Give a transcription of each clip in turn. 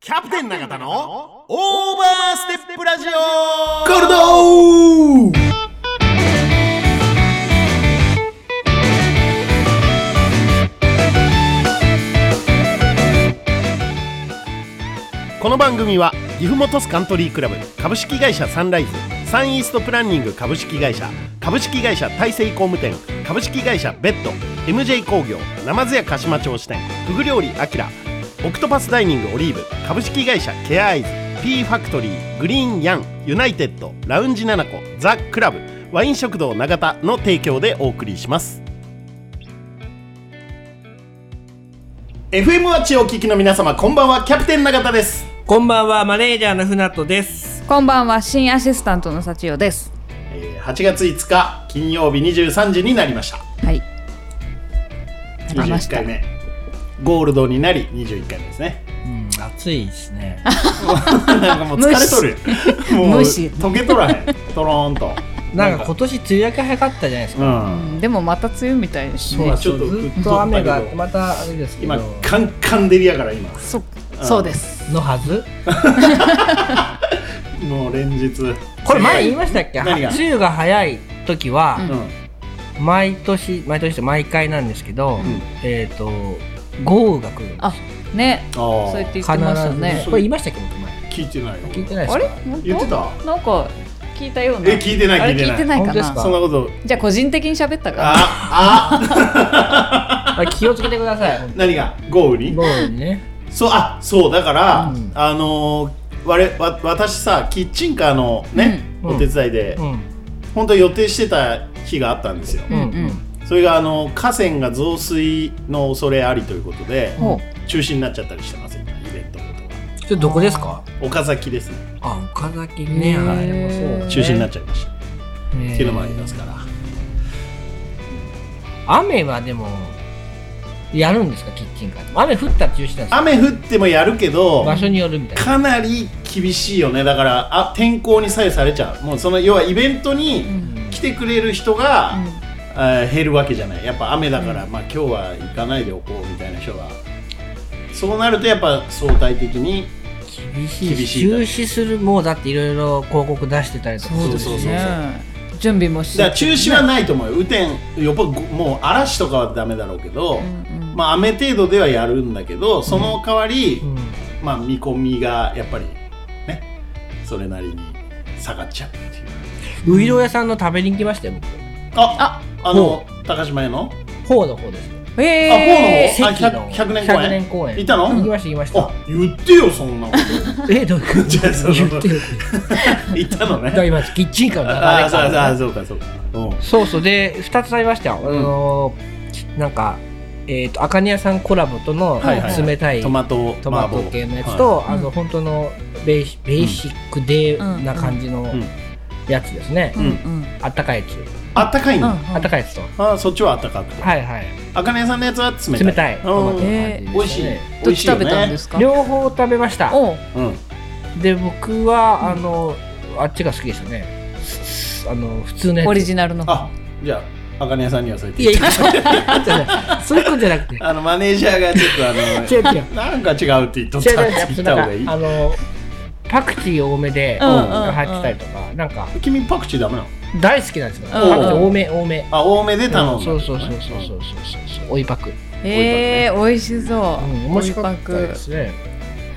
キャプテン永田のオーバーステップラジオコルドこの番組は岐阜本スカントリークラブ株式会社サンライズサンイーストプランニング株式会社株式会社大成工務店株式会社ベッド MJ 工業ナマズ屋鹿島町支店ふぐ料理あきらオクトパスダイニングオリーブ株式会社ケアアイズ P ファクトリーグリーンヤンユナイテッドラウンジナナコザ・クラブワイン食堂永田の提供でお送りします FM ワッチをお聞きの皆様こんばんはキャプテン永田ですこんばんは、マネージャーの船戸です。こんばんは、新アシスタントの幸代です。えー8月5日金曜日23時になりましたはい。なりま21した回目ゴールドになり21回目で すねうん、暑いですね。なんかもう疲れとるもう無視溶けとらへんトローンと なんか今年梅雨明け早かったじゃないですか。うんうんでもまた梅雨みたいですそうねだ。ちょっとずっと雨がうっとったけどまたあれですけど今。カンカン照りやから今そうんそうです。のはず。もう連日これ前言いましたっけ？は何梅が雨が早い時はうん毎年毎年って毎回なんですけどん、えっと豪雨が来るんです。あ、ね、あそう言ってあ言ってましたねこ。れ言いましたっけ僕前。聞いてない聞いてないであすれか？本当言ってたなんか聞いたような。え聞いてないあれ聞いてない聞いてないか本当ですかな。そんなことじゃあ個人的に喋ったかあああ気をつけてください。何が豪雨に豪雨にね。 そうあそうだから、うんあのー我わ私さキッチンカーのね、うんお手伝いで、うん本当予定してた日があったんですよ、うんうんうんそれがあの河川が増水の恐れありということで、ほう中止になっちゃったりしてます今イベントのことがそれどこですか？岡崎ですねあ岡崎へね。ーあれもそうね。中止になっちゃいました、ねっていうのもありますから雨はでもやるんですかキッチンカーで雨降ったら中止なんですか雨降ってもやるけど場所によるみたいなかなり厳しいよねだからあ天候に左右されちゃうもうその要はイベントに来てくれる人が、あー減るわけじゃないやっぱ雨だから、まあ今日は行かないでおこうみたいな人がそうなるとやっぱ相対的に厳しい厳しい中止するもうだっていろいろ広告出してたりとかそううでですすねね。準備もしだから中止はないと思うよ雨天やっぱごもう嵐とかはダメだろうけど、うんうんまあ雨程度ではやるんだけどその代わり、うんまあ見込みがやっぱりねそれなりに下がっちゃうっていうういろう屋さんの食べに行きましたよああ、あの高島屋の僕方の方ですえあ席の100年公園100年公園行ったの行きました行きましたあ言ってよそんなことえどういうこと じゃあその言ってよ 言ったのだからね今キッチンカーのああそう流れあかそうかそうかうんそうそうで2つありましたよ、あのーなんかえっ、とあかね屋さんコラボとのはいはいはい冷たいトマトトマト系のやつはと、いあの本当のベーシベーシックでうんな感じのんやつですね、ー。うんうんあったかいやつ、いあったかいうんの、うん。あったかいやつとああそっちはあったかくてはいはいあかねさんのやつは冷たい冷たいトマトの感じうでしたねん、美味しい美どっ味ちしいよ食ねべたんですか。両方食べましたおう、うんで僕はあのあっちが好きでしたねすすあの普通のやつオリジナルの。あじゃああかねさんにはそう言っていやいやそういうことそういうことじゃなくてあのマネージャーがちょっとあ 違のう違うなんか違うって言っとっ違うたって違う言違うった方がいなんいかあのパクチー多めで、うんうんうん入ってたりとかなんか君パクチーダメなの大好きなんですよ、んパクチー多め多めあ多めで頼んだ、そうそうそうそうそうそうそう追いパクええ、美味しそう。うん、面白かったですね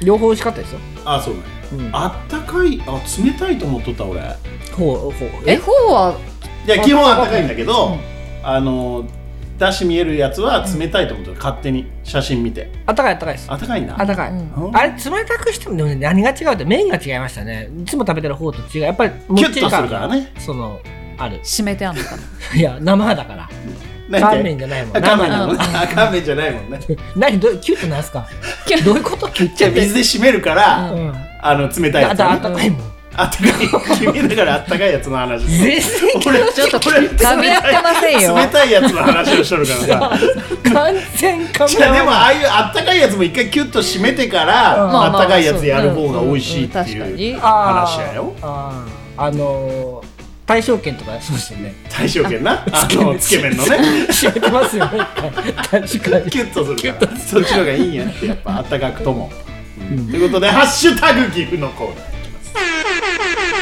両方美味しかったですよ、あそうねうん、あったかいあ冷たいと思っとった俺ほうほうえ、フォーは。いや基本あったかいんだけど、うんあの出し見えるやつは冷たいと思っとる勝手に写真見てあったかいあったかいですあったかいんだあったかい、うんうんあれ冷たくしてもでもね何が違うって麺が違いましたねいつも食べてる方と違うやっぱりもキュっッちとりす感るからねそのある 締めてあんのかな。いや生だからなんて乾麺じゃないもんあ乾麺生なだのねあ乾麺じゃないもんね 何どうキュッとなんすかキュッどういうことキュッじゃあ水で締めるから、ううんあの冷たいあやつ、ね、とあったかいもんあったかい君だからあったかいやつの話全然俺ちょっと俺冷噛み合ってませんよたい冷たいやつの話をしとるからさ完全かじゃあ でもああいうあったかいやつも一回キュッと締めてから、うんあったかいやつやる方が美味しいってんんんいう確かあー話だよあーあのー、大正圏とかそうですよね 大正圏なあのつけ麺のね閉めてますよね確かに キュッとするからそっちの方がいいんやってやっぱあったかくとも、うんということで「ハッシュタグ岐阜」のコーナーいきます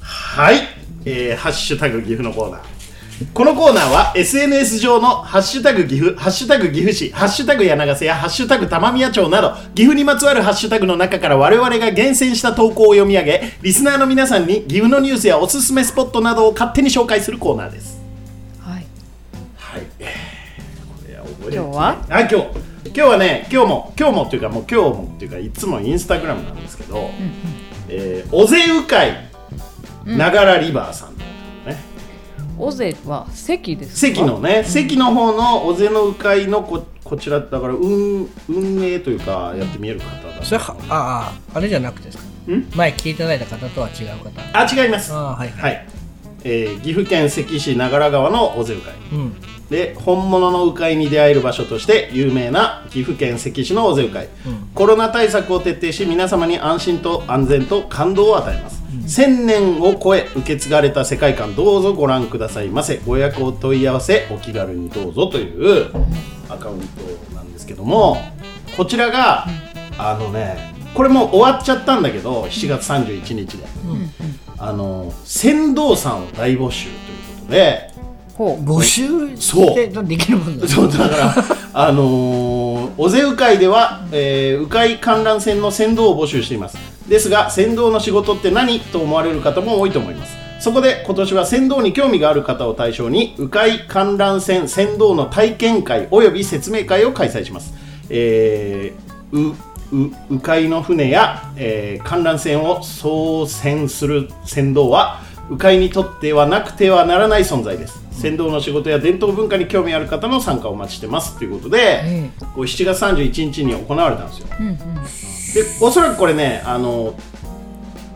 はい、えーハッシュタグ岐阜」のコーナーこのコーナーは SNS 上のハッシュタグ岐阜、ハッシュタグ岐阜市、ハッシュタグ柳ヶ瀬やハッシュタグ玉宮町など、岐阜にまつわるハッシュタグの中から我々が厳選した投稿を読み上げ、リスナーの皆さんに岐阜のニュースやおすすめスポットなどを勝手に紹介するコーナーです。はい。はい。えーこれは覚えてない今日はあ、今日。今日はね、今日も、今日もっていうか、もう今日もっていうか、いつもインスタグラムなんですけど、えーおぜうかい、ながらリバーさんっていうね。尾瀬は席ですか。関のね、関の方の尾瀬の鵜飼のここちらだから運運営というかやってみえる方だ、それはあああれじゃなくてですかん前聞いていただいた方とは違う方あ違いますあはあはいい、い、えー岐阜県関市長良川の尾瀬鵜飼うん、で本物の鵜飼に出会える場所として有名な岐阜県関市の尾瀬鵜飼、んコロナ対策を徹底し皆様に安心と安全と感動を与えます、1000年を超え受け継がれた世界観どうぞご覧くださいませご予約お問い合わせお気軽にどうぞというアカウントなんですけどもこちらがあのねこれもう終わっちゃったんだけど7月31日で、あの船頭さんを大募集ということでほう。募集そうしてできるもんだそうだから、あのー、尾瀬鵜飼では、えー、鵜飼観覧船の船頭を募集しています。ですが、船頭の仕事って何と思われる方も多いと思います。そこで今年は船頭に興味がある方を対象に、鵜飼観覧船船頭の体験会および説明会を開催します。えー、うう鵜飼の船や、えー観覧船を操船する船頭は鵜飼にとってはなくてはならない存在です船頭の仕事や伝統文化に興味ある方の参加をお待ちしてますということで、こう7月31日に行われたんですよ、うんうん。でおそらくこれねあの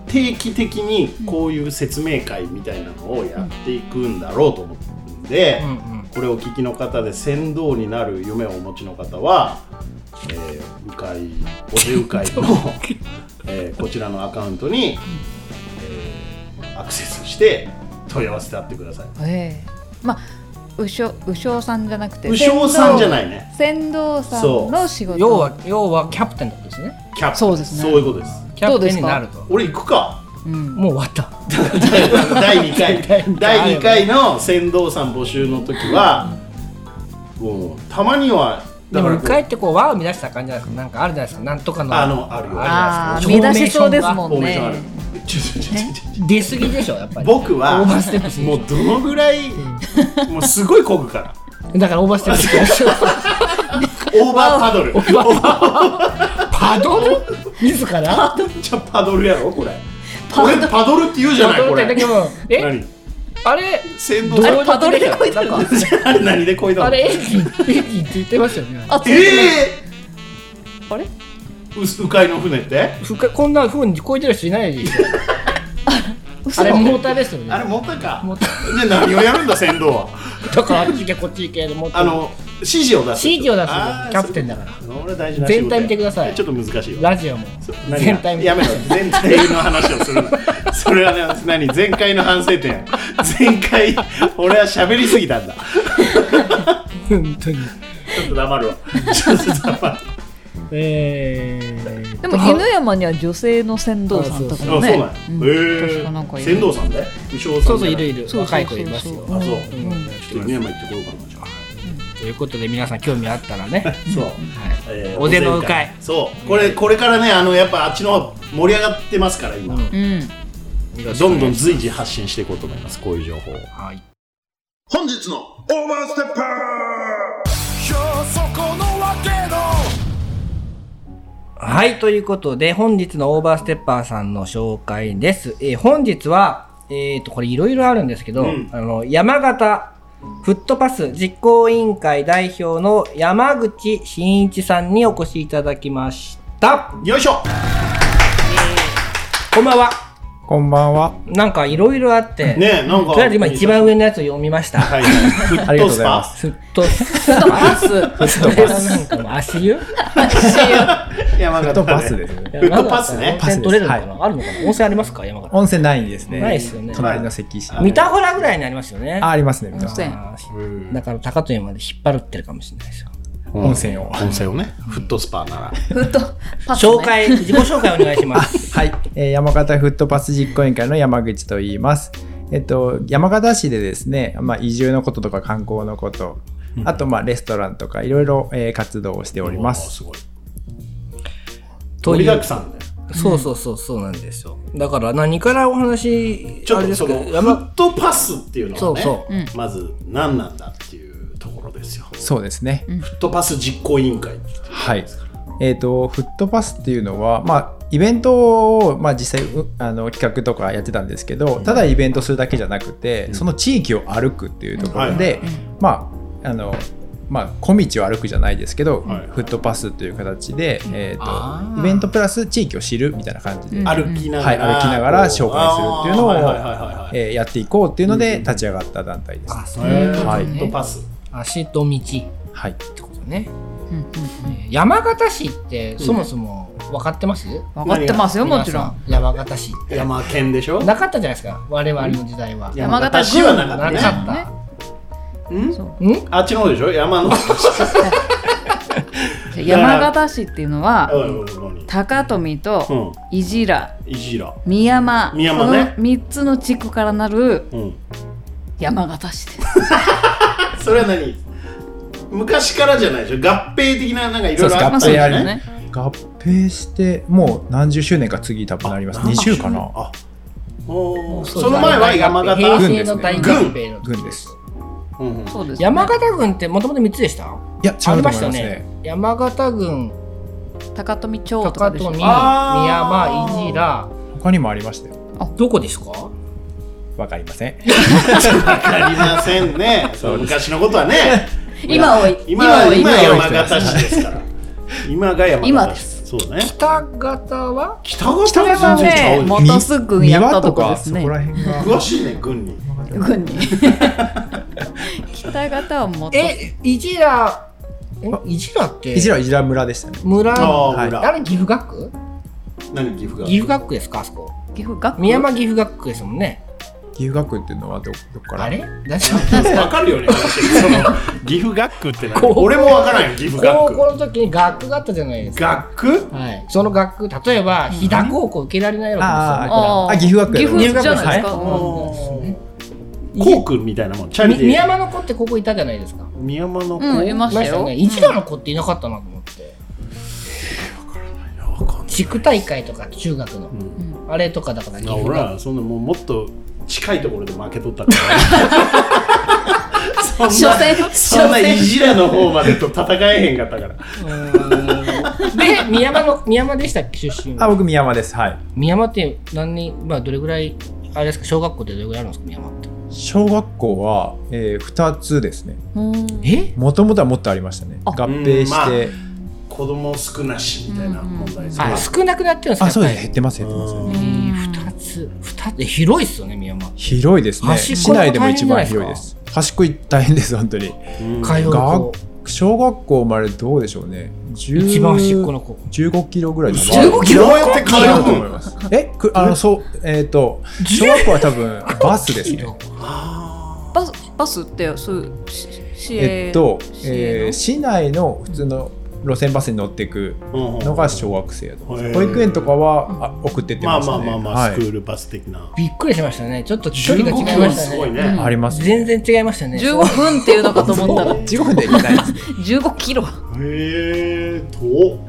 定期的にこういう説明会みたいなのをやっていくんだろうと思ってるんで、うんうんこれをお聞きの方で船頭になる夢をお持ちの方は、えー、うかいおでうかいの、 えーこちらのアカウントに、えーアクセスして問い合わせてあってくださいええまあ、うしょ、うしょうさんじゃなくて。鵜匠さんじゃい。ないね船頭さんの仕事。要は要はキャプテンってことですねキャプテンそうですねそういうことですキャプテンになると俺行く かうん。もう終わった第2回第第2二回回の船頭さん募集の時はもうたまにはでもこう迂回ってこう輪を乱した感じじゃないですかなんかあるじゃないですかなんとかのあのあるよああ、るじ見ゃない出でしすかそうですもフォんーメーションあるね。ちょちょちょちょちょ出過ぎでしょやっぱり僕はオーバーステップすぎもうどのぐら いもうすごい漕ぐからだからオーバーステップすぎでしょオーバー パドルオーバーパドル自らじゃパドルやろこれこれパドルって言うじゃパなドいルこってだけれどえ何あれ先どう導やってパドルでこいなだんかあれ 何で漕いだあのれエンジンエンジンって言ってましたよねあ、ついてないええあれ。ー、う鵜飼の船ってふかこんな風に超えてる人いないでしょ嘘あれモーターですよねあれ持ったかモータで何をやるんだ船頭はだからあっち行けこっち行けでもっとあの指示を出す CG を出すあーキャプテンだからそう俺は大事な仕事全体見てくださいちょっと難しいわラジオも何が全体見てやめろ全体の話をす るなそれはね何前回の反省点前回俺は喋りすぎたんだ本当にちょっと黙るわちょっと黙るえーでも犬山には女性の船頭さんとかあ、もそうね。なんや。確かなんかへえ。いる船頭さんで。武将さん。そうそういるい。るそうそうそうそ若うい子いますよあ、そうう。んちょっと犬山行ってこようかなじゃあ。ということで皆さん興味あった らねそう。はいえーお出の鵜飼お出そう。これこれからねあのやっぱあっちの方盛り上がってますから今。うんうん。どんどん随時発信していこうと思います。こういう情報を。はい本日のオーバーステッパー今日そこのわけのはい、ということで、本日のオーバーステッパーさんの紹介です。えー本日は、えっ、と、これいろいろあるんですけど、うんあの、山形フットパス実行委員会代表の山口真一さんにお越しいただきました。よいしょ。こんばんは。こんばんは。なんかいろいろあって、ねえなんか。とりあえず今一番上。上のやつを読みました。はいは い。ありがとうございまフットスフットちょっと待つ。スこれはなんかもう足湯パ。山フ形ットパスですね。フットパスね山形温泉取れるのかな、あるのかな温泉ありますか山形。温泉ないですね。ないですよね隣の関市。三田原ぐらいにありますよね。あ、ありますね。見た温泉あーだから高富まで引っ張るってるかもしれないですよ。うん温泉を。温泉をねフットスパならふっとパス、ね、紹介、自己紹介お願いし ます。はい、えー山形フットパス実行委員会の山口と言います。えっと、山形市でですね、まあ、移住のこととか観光のこと、あとまあレストランとかいろいろえー活動をしております。おーすごとい盛いりだうくさんだよそうそうそうそうなんですよ。だから何からお話、ちあょっれとですそけどのフ山ットパスっていうのそはうねそううんまず何なんだっていうところですよフそうですね。ットパス実行委員会っていうはい。えっと、フットパスっていうのは、まあ、イベントを、まあ、実際うあの企画とかやってたんですけどただイベントするだけじゃなくて、その地域を歩くっていうところで、まああのまあ、小道を歩くじゃないですけど、はいはいフットパスという形で、えーとあーイベントプラス地域を知るみたいな感じで、うん歩きながはいら、歩きながら紹介するっていうのをあーはいはいはいはいえーやっていこうっていうので立ち上がった団体です。あ、そうへーはいフットパス足と道ってはい、ことね。うんうんうん山形市ってそもそも分かってます、分かってますよもちろん。皆さ山形市って。山県でしょなかったじゃないですか、我々の時代は。いや山形市はななかかったねっんそうた。んあっちの方でしょ山の じゃあ山形市っていうのは、うん何高富とうん伊地良いじら三山三山ねこの3つの地区からなるうん山形市ですそれは何昔からじゃないでしょ合併的ななんかいろそういでろあっす合たそうで併すやよより、ねね合併してもう何十周年か次多分なります20かなあおーその前は山平形成の大合併の時軍ですうんうんそうですね山形軍ってもともと3つでしたいや違うとあり思いまましすたよねね。山形軍、高富町と高かでし富、ょ三あ山、ー伊地良。他にもありましたよどこですかわかりませんわかりませんねそうです昔のことはね今を今は今今はを山形市ですから今が山形市今ですそうね北方は北方北はねも元すぐやったとこです三輪とかねそこら辺が詳しいね軍に軍 に北方は元え、伊地良、え伊地良っていじらいじら村でしたね村、ああはい村、あれ岐阜学区何岐阜が岐阜学区ですかあそこ。岐阜学三山岐阜学区ですもんね。岐阜学っていうのはどどっからあれ大丈夫わかるよねその岐阜学区って何 俺もわからんよ岐阜高学校区の時に学区があったじゃないですか。学区はい、その学区、例えば、飛騨高校受けられないわけですよ。あ岐阜学岐阜岐阜じゃ学ないですか、校区みたいなもんチャリみで宮山の子ってここいたじゃないですか。い宮山の子うん、いままししたたよよ、ね。一度の子っていなかったなと思って。地区大会とか中学の、あれとかだから岐阜俺がらそんなもうもっと近いところで負けとったからそんな初戦そんな初戦いじらの方までと戦えへんかったか らで宮山の宮山でしたっけ出身あは僕宮山ですはい宮山って何人まあどれぐらいあれですか小学校でどれぐらいあるんですか宮山って小学校は、えー、2つですねうんえもともとはもっとありましたね合併して、うん子供少なしみたいな問題ですねあ少なくなってるんですあかそうでやっすぱ減りってます減ってます、うんえー二つ二つえ広いっすよね宮山広いですね端っこ市内でも一番広いです端っこ大変です本当にうん通う学子小学校までどうでしょうね10一番端っこの子15キロぐらいじゃない15キロどうやって通うだのと思います。え、くあのそうえっ、と小学校は多分バスですね。バスバスってそういうし市営えっと、市営のえー市内の普通の路線バスに乗っていくうんうんのが小学生だと思いますへー保育園とかはあ送ってってまあましまあたね。まあまあ、はいスクールバス的なびっくりしましたねちょっと距離が15違キいロまはしたすごいねね、あります、全然違いましたね15分っていうのかと思ったら15分で行け ないですね。 15キロへえと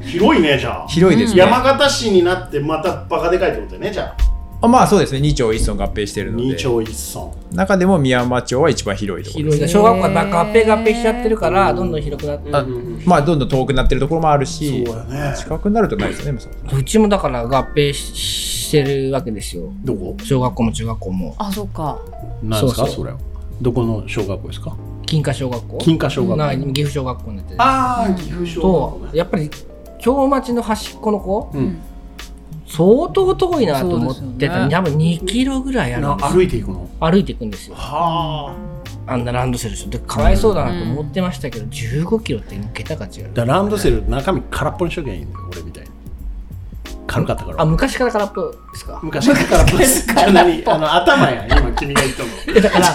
広いねじゃあ広いですね。山形市になってまたバカでかいってことだよねじゃああまあそうですね。二町一村合併してるの二で、丁一村中でも宮山町は一番広いところです。広い小学校が合併合併しちゃってるからどんどん広くなってあまあどんどん遠くなってるところもあるし、そうだね近くなるとないですよね。もうそううちもだから合併してるわけですよどこ小学校も中学校もあそうかなんですかそうそそうれはどこの小学校ですか金華小学校金華小学校な岐阜小学校になってるああ岐阜小と学校ねやっぱり京町の端っこの子、うん相当遠いなと思ってそうですよた、ね多分2キロぐらいあるなんです歩いていくの歩いていくんですよはああんなランドセルでかわいそうだなと思ってましたけど、15キロって桁が違うだからランドセル中身空っぽにしときゃいいんだよ俺みたいに軽かったかあら昔から空っぽですか 昔から空っぽですじゃあ何あの頭や今君が言ったのいやだから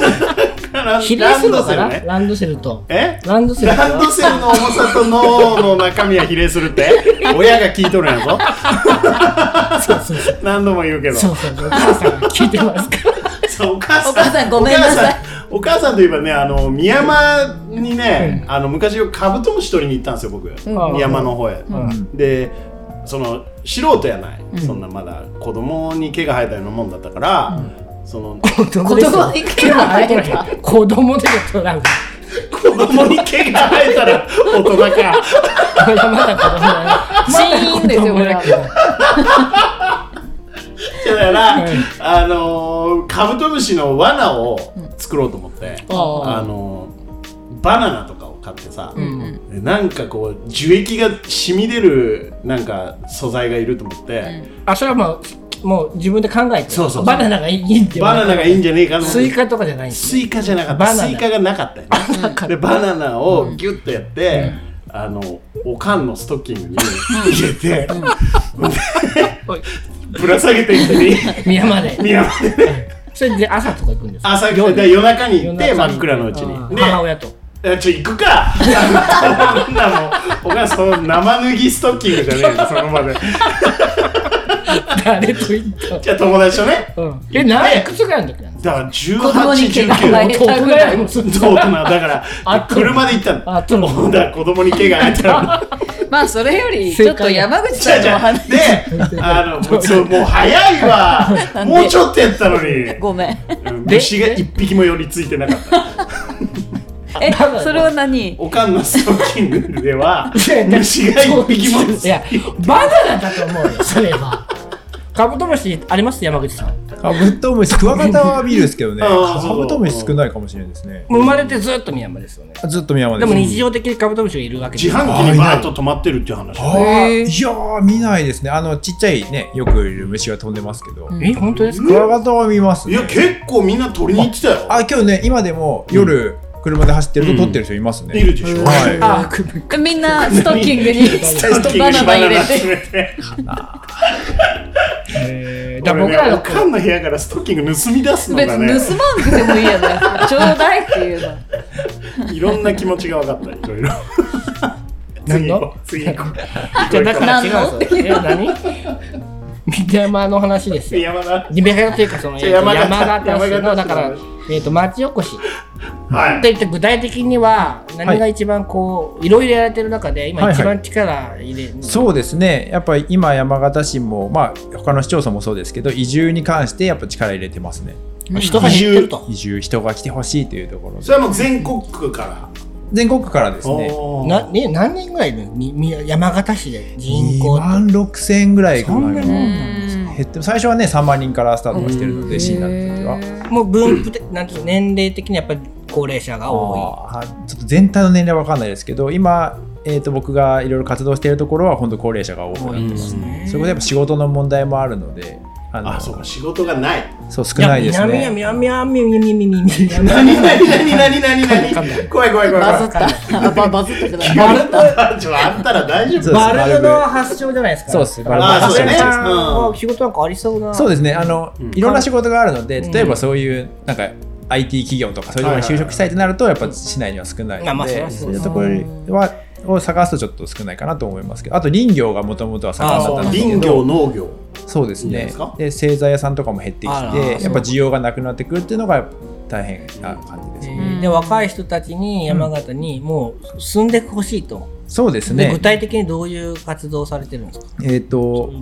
ラン比例するのかラなンドセルねランドセルと。えランドセルランドはセルの重さと脳の中身は比例するって親が聞いとるんやぞそうそうそう。何度も言うけどそうそうそう。お母さんが聞いてますかそうお母さんお母さんごめんなさいお母さんお母さんといえばねあの宮山にね、あの昔よくカブトムシ取りに行ったんですよ僕、ん宮山の方へ、んでその素人やない、そんなまだ子供に毛が生えたようなもんだったから、その子子供子ですよ供に毛が生えた子供でちょっとなん か。供に毛が生えたら大人かまだまだ子供だね。シーンですよまだ子供だけどだから、うんあのーカブトムシの罠を作ろうと思って、あああのーバナナとかを買ってさ、んなんかこう樹液が染み出るなんか素材がいると思って、あ、それはもう、もう自分で考えて。そうそうそうバナナがいいって。バナナがいいんじゃねえかと思ってスイカとかじゃないんですスイカじゃなかっバたナナスイカがなかったよねなかったでバナナをギュッとやって、あのおかんのストッキングに入れて、 おいぶら下げていってね 宮まで。宮までねそれで朝とか行くんですか朝行って夜中に行夜っ中てに真っ暗のうちにあーで母親と。えちょ行くかなんだもうお母さんその生脱ぎストッキングじゃねえよそのまで誰と行ったじゃあ友達とねうんえ、何いくつぐらいの時なんですだから子供に毛が生かえ1819たぐらいもすんの大人だかあらと車で行ったのあとのほんだら子供に毛が生えたらまあそれよりちょっと山口じゃさあんじのおゃあ話であのもうそうもう早いわんでもうちょっとやったのにご めんうん虫が一匹も寄りついてなかったえだからそれは何おかんのストッキングではいや虫が一匹もいや、バナナだと思うよ、それは。カブトムシあります山口さん。カブトムシ、クワガタは見るんですけどね、あーそうカブトムシ少ないかもしれないですね。もう生まれてずっと宮山ですよね。ずっと宮まででもす。日常的にカブトムシがいるわけ自で。販機にバーッと止まってるっていう話あーいやー、見ないですね。あの、ちっちゃいね、よくいる虫が飛んでますけど、え、本当ですかクワガタは見ますいね。や結構みんな取りに行ってたよあ、今日ね、今でも夜、車で走ってると撮ってる人いますいね。るでしょはい。あ、くみんなストッキングにストッキングバにナナ入れてれてえーだから僕らのおかんの部屋からストッキング盗み出すの別がにね盗まんくてもいいやないですかちょうだいっていうのいろんな気持ちが分かったいろいろ何の次行こう次じゃあ行だこから違何うんですよ。え、何宮山の話ですうよ。山田宮山というか、その、えじーゃあと山形山形市山の、だ形市のから、えっと、町おこし。はいといって具体的には何が一番こういろいろやられてる中で今はいはい一番力入れる、そうですね、やっぱり今、山形市も、まあ他の市町村もそうですけど、移住に関してやっぱ力入れてますね、人が減ってると移住、人が来てほしいというところそで、れはもう全国区から全国からですね、おーな、ね、何人ぐらいいるのにみ山形市で人口っ2て万6000円ぐらいかそんななもん減って最初はね、3万人からスタートしてるので、市になった時は。もう分布でなんていうの年齢的にやっぱり高齢者が多あーちょっと全体の年齢は分かんないですけど、今、えー、と僕がいろいろ活動しているところは、本当、高齢者が多くなってますね。そこでやっぱ仕事の問題もあるので、あのあそうか仕事がないそう少い。ないですね。や南は南は南は南は南は南は何何何何何何怖い怖い怖いバズ怖いったあババズったじゃないバルトあったら大丈夫そうですバルブの発祥じゃないですか。そうですバルバルブブの発祥ですあ仕事なんかありそうな。そうですねあの、んいろんな仕事があるのでん例えばそういうなんか IT 企業とかそういうところに就職したいとなるとやっぱ市内には少ないまあまのあそりでゃそそうういでうすところはを探すとちょっと少ないかなと思いますけどあと林業がもともとは盛んだったんですけ林ど業農業そうですいいんじゃないでねすかで製材屋さんとかも減ってきあらそうてやっぱ需要がなくなってくるっていうのが大変な感じですね、うんで若い人たちに山形にもう住んでほしいと。そうですでね具体的にどういう活動をされてるんですか。えっ、と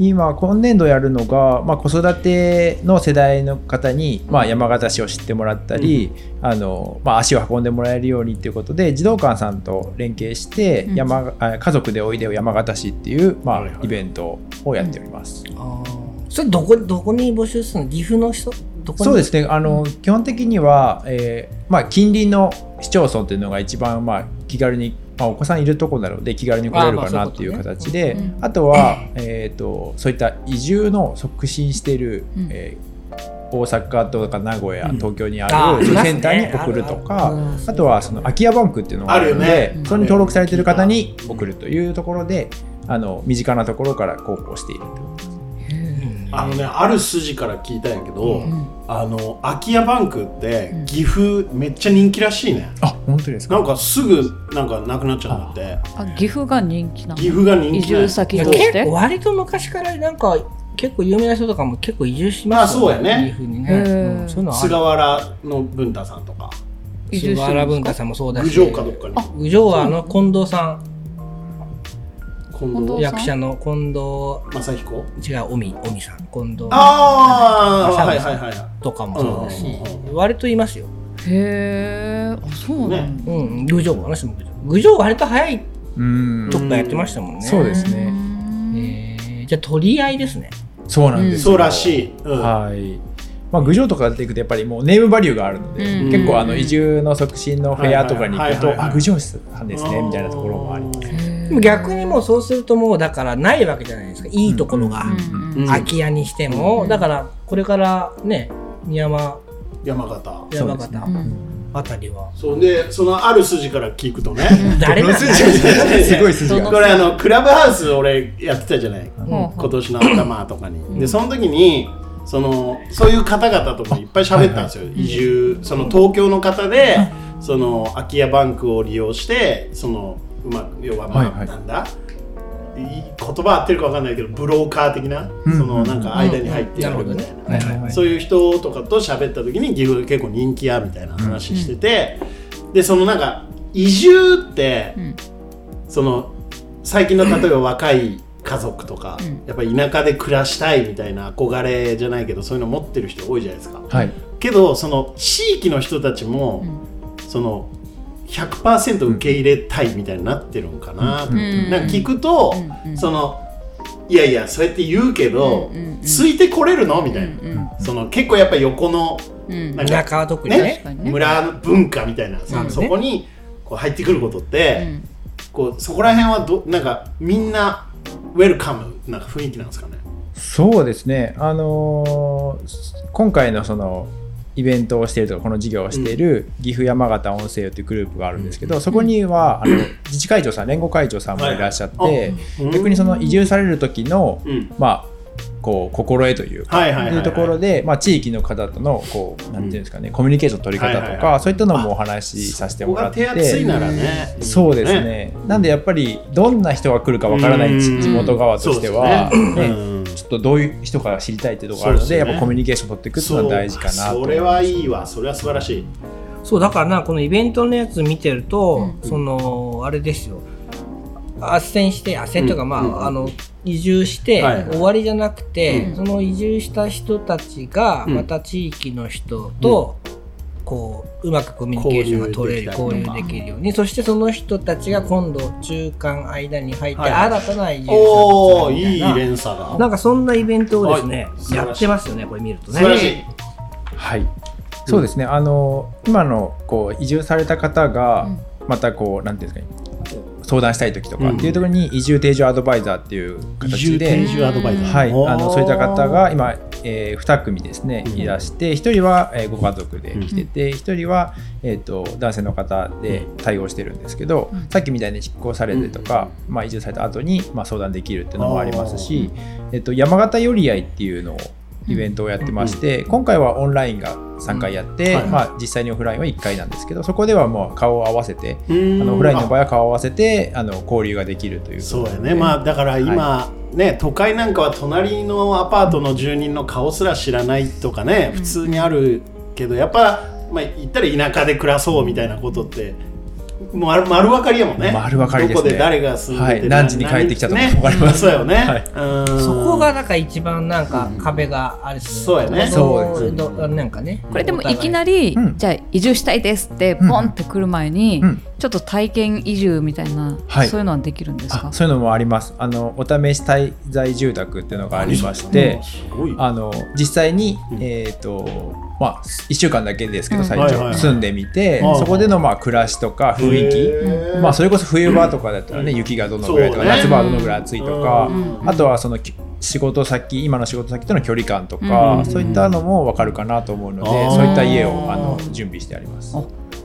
今今年度やるのが、まあ、子育ての世代の方に、まあ、山形市を知ってもらったり、あのまあ、足を運んでもらえるようにということで児童館さんと連携して、うん山があ家族でおいでよ山形市っていう、まあはいはいイベントをやっております。あーそれどこどこに募集するの岐阜の人どこにそうですねあの、基本的には、えーまあ、近隣の市町村というのが一番、まあ、気軽に、まあ、お子さんいるところなので気軽に来れるかあーまあなそういうことってねいう形でうんあとは、えー、とそういった移住の促進している、うんえー大阪とか名古屋、東京にあーあるありますねセンターに送るとかああ,、るあるとはその空き家バンクっていうのがあるのであるよねそれに登録されている方に送るというところであの身近なところから広報しているとうんあのねある筋から聞いたんやけど、あの空き家バンクって岐阜めっちゃ人気らしいね、あ本当ですなかんかすぐなんかなくなっちゃうんだってあ岐阜が人気なの岐阜が人気移住先いやとし結て構割と昔からなんか結構有名な人とかも結構移住しますまあそうやねいうふうにね、へーうんそういうのはあ菅る原の文太さんとか移住菅する原ん文化ですかさんもそうだ郡し上かどっかに郡上はあの近藤さ近近藤藤さんん役者の近藤正彦違う尾身尾身さん近藤あああはいはいはいはとかもそうだし、うん割といますよ、へえあそうなんだ、うん、郡上も話も郡上郡上割と早いうんとこからやってましたもんね、そうですねねえーじゃあ取り合いですねそうなんでいすよ、そうらしい、うんはいまあ、郡上とか出ていくとやっぱりもうネームバリューがあるので、うん結構あの移住の促進のフェアとかに行くはいはいはいとはいあ郡上市さんですねみたいなところもありますすでも逆にもうそうするともうだからないわけじゃないですかいいところが、うん空き家にしても、うんだからこれからね宮山山形そう山です形ねあたり は、そうでそのある筋から聞くとね誰なんだ すごい筋がこれあのクラブハウス俺やってたじゃない今こ年の頭とかに。でその時にそのそういう方々ともいっぱい喋ったんですよ、移住その東京の方で、その空き家バンクを利用してそのうまく要はまあ、はいはいなんだいい言葉合ってるかわかんないけどブローカー的な、うんそのなんか間に入ってやるみたいな。はいはいはいそういう人とかと喋った時に岐阜が結構人気やみたいな話してて、でそのなんか移住って、うんその最近の例えば若い家族とか、うんやっぱり田舎で暮らしたいみたいな憧れじゃないけどそういうの持ってる人多いじゃないですか。はいけどその地域の人たちも、その100%受け入れたいみたいになってるんかなと、うんなんか聞くと、うんうんそのいやいやそうやって言うけど、うんうんうんついてこれるのみたいな。うんその結構やっぱ横のうんなん田か舎は特にねね確かに村の文化みたいな、そうんそこにこう入ってくることって、うんこうそこら辺はどなんかみんなウェルカムなんか雰囲気なんですかね。そうですね、あのー今回のそのイベントをしているとか、この事業をしている岐阜山形音声というグループがあるんですけど、そこにはあの自治会長さん、連合会長さんもいらっしゃって、はいあ逆にその移住される時の、うん、まあ、こう心得というか、はいはいはいい、はうい、ところで、まあ、地域の方とのこうなんていうんですかね、コミュニケーションの取り方とか、はいはいはいそういったのもお話しさせてもらって。ここが手厚いならね。そうですね。なんでやっぱりどんな人が来るかわからないうん地地元側としては、そうですねねうんちょっとどういう人か知りたいっていうところがあるそのうでですねやっぱコミュニケーション取っていくってそいうのうは大事かなとそれはいいわそれは素晴らしいそうだからなこのイベントのやつ見てると、うんそのあれですよ斡旋して斡旋というか、うんまあ,、うんあの移住して、はい終わりじゃなくて、うんその移住した人たちが、うんまた地域の人と、こううまくコミュニケーションが取れる交交流で流きたりとかできるようにそしてその人たちが今度中間間に入って、はい新たな移住者おをお作るみたいいいな連鎖がなんかそんなイベントをですねはい素晴やらしいってますよねこれ見ると素ね晴らしい、はい、そうですねあの今のこう移住された方がまたこうなんていうんですかね相談したい時とかっていうところに移住定住アドバイザーっていう移形住で定。住アドバイザー、はい、あおのーそういった方が今、え2組ですねうんいらして1人は、えーご家族で来てて1人は、えー、と男性の方で対応してるんですけど、うんさっきみたいに執行されてとか、まあ、移住された後にまあ、相談できるっていうのもありますし、えー、と山形寄り合いっていうのをイベントをやってまして、今回はオンラインが3回やっうて、んはいまあ、実際にオフラインは1回なんですけどそこではもう顔を合わせてああのオフラインの場合合は顔を合わせてあの交流ができるというそうやねまあだから今、ね都会なんかは隣のアパートの住人の顔すら知らないとかね普通にあるけどやっぱ、まあ、言ったら田舎で暮らそうみたいなことって丸丸分かりやもんね丸分かりでどすねこで誰が住んでて、はい何時に帰ってきたとかね分かりますそうよね、はいうんそこがなんか一番なんか壁があるし、そうやねそうですどなんかね。これでもいきなり、うんじゃあ移住したいですってポンって来る前に、うんちょっと体験移住みたいな、はいそういうのはできるんですかあそういうのもありますあのお試し滞在住宅っていうのがありましてすごいあの実際に、うんえーとまあ、1週間だけですけどうん最はいはいは長い住んでみて、はいそこでの、まあ、暮らしとか雰囲気、まあ、それこそ冬場とかだったらね、雪がどのぐらいとか、そうね夏場はどのぐらい暑いとか、うんあとはそのき仕事先今の仕事先との距離感とか、うんそういったのも分かるかなと思うので、あーそういった家をあの準備してあります。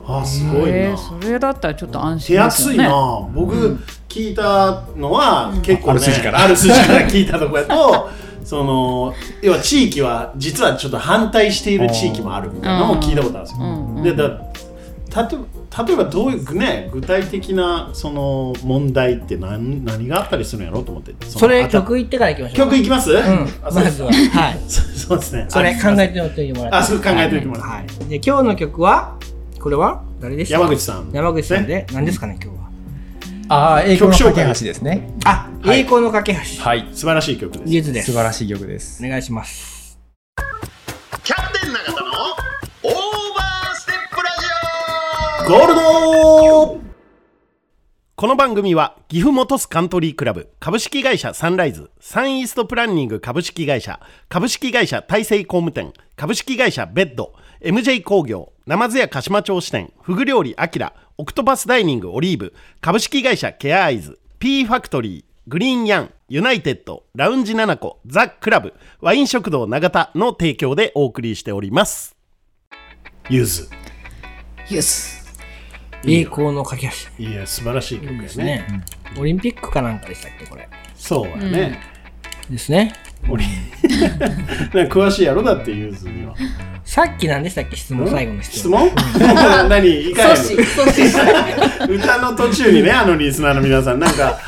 あすごいな、えーそれだったらちょっと安心手です厚よいねな、僕聞いたのは、結構ねある筋から ある筋から聞いたとこやとその要は地域は実はちょっと反対している地域もあるみたいなのも聞いたことあるんですよ。うんうんでだ例えば例えばどういうね具体的なその問題って何何があったりするんやろうと思ってそれのあた曲行ってから行きましょう曲いきます、ううんまずははいそうですねそれあ考えておいてもらってあそう考えておいてもらって、はいで今日の曲はこれは誰でした山口さん山口さんで何ですかね今日はああ、英語の架け橋ですね。あはい栄光の架け橋はい。素晴らしい曲ですゆずです素晴らしい曲ですお。願いしますキャプテン永田のオーバーステップラジオゴールドこの番組は岐阜本スカントリークラブ株式会社サンライズサンイーストプランニング株式会社株式会社大成工務店株式会社ベッド MJ 工業生津屋鹿島町支店フグ料理アキラオクトパスダイニングオリーブ株式会社ケアアイズ P ファクトリーグリーンヤンユナイテッドラウンジ7個ザ・クラブワイン食堂永田の提供でお送りしておりますゆずイエスいいよ栄光の架け橋いや素晴らしい曲やですねオリンピックかなんかでしたっけこれそうやね。ですね俺なんか詳しいやろだってユーズには。さっき何でしたっけ質問最後の質質問問何いか阻や止阻の止 歌の途中にねあのリスナーの皆さんなんか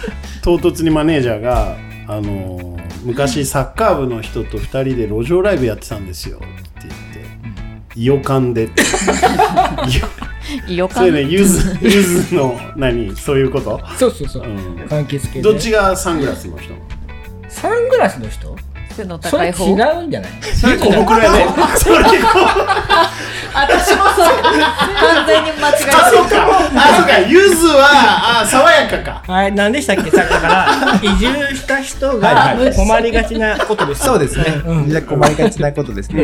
唐突にマネージャーが「あのー昔サッカー部の人と2人で路上ライブやってたんですよ」って言って「イオカンで」って予それ感ねユーズユーズの何そういうこと、、そうそうそううん関係付けどっちがサングラスの人サングラスの人背のそ高れい違方うんじゃないそれ小袋やねそれ私もそう完全に間違えあ、てそうか。あ、そうか。ゆずは、あ、爽やかか。はい何でしたっけさっきから 移住した人がはいはい困りがちなことですそうですね。うんじゃあ困りがちなことですね。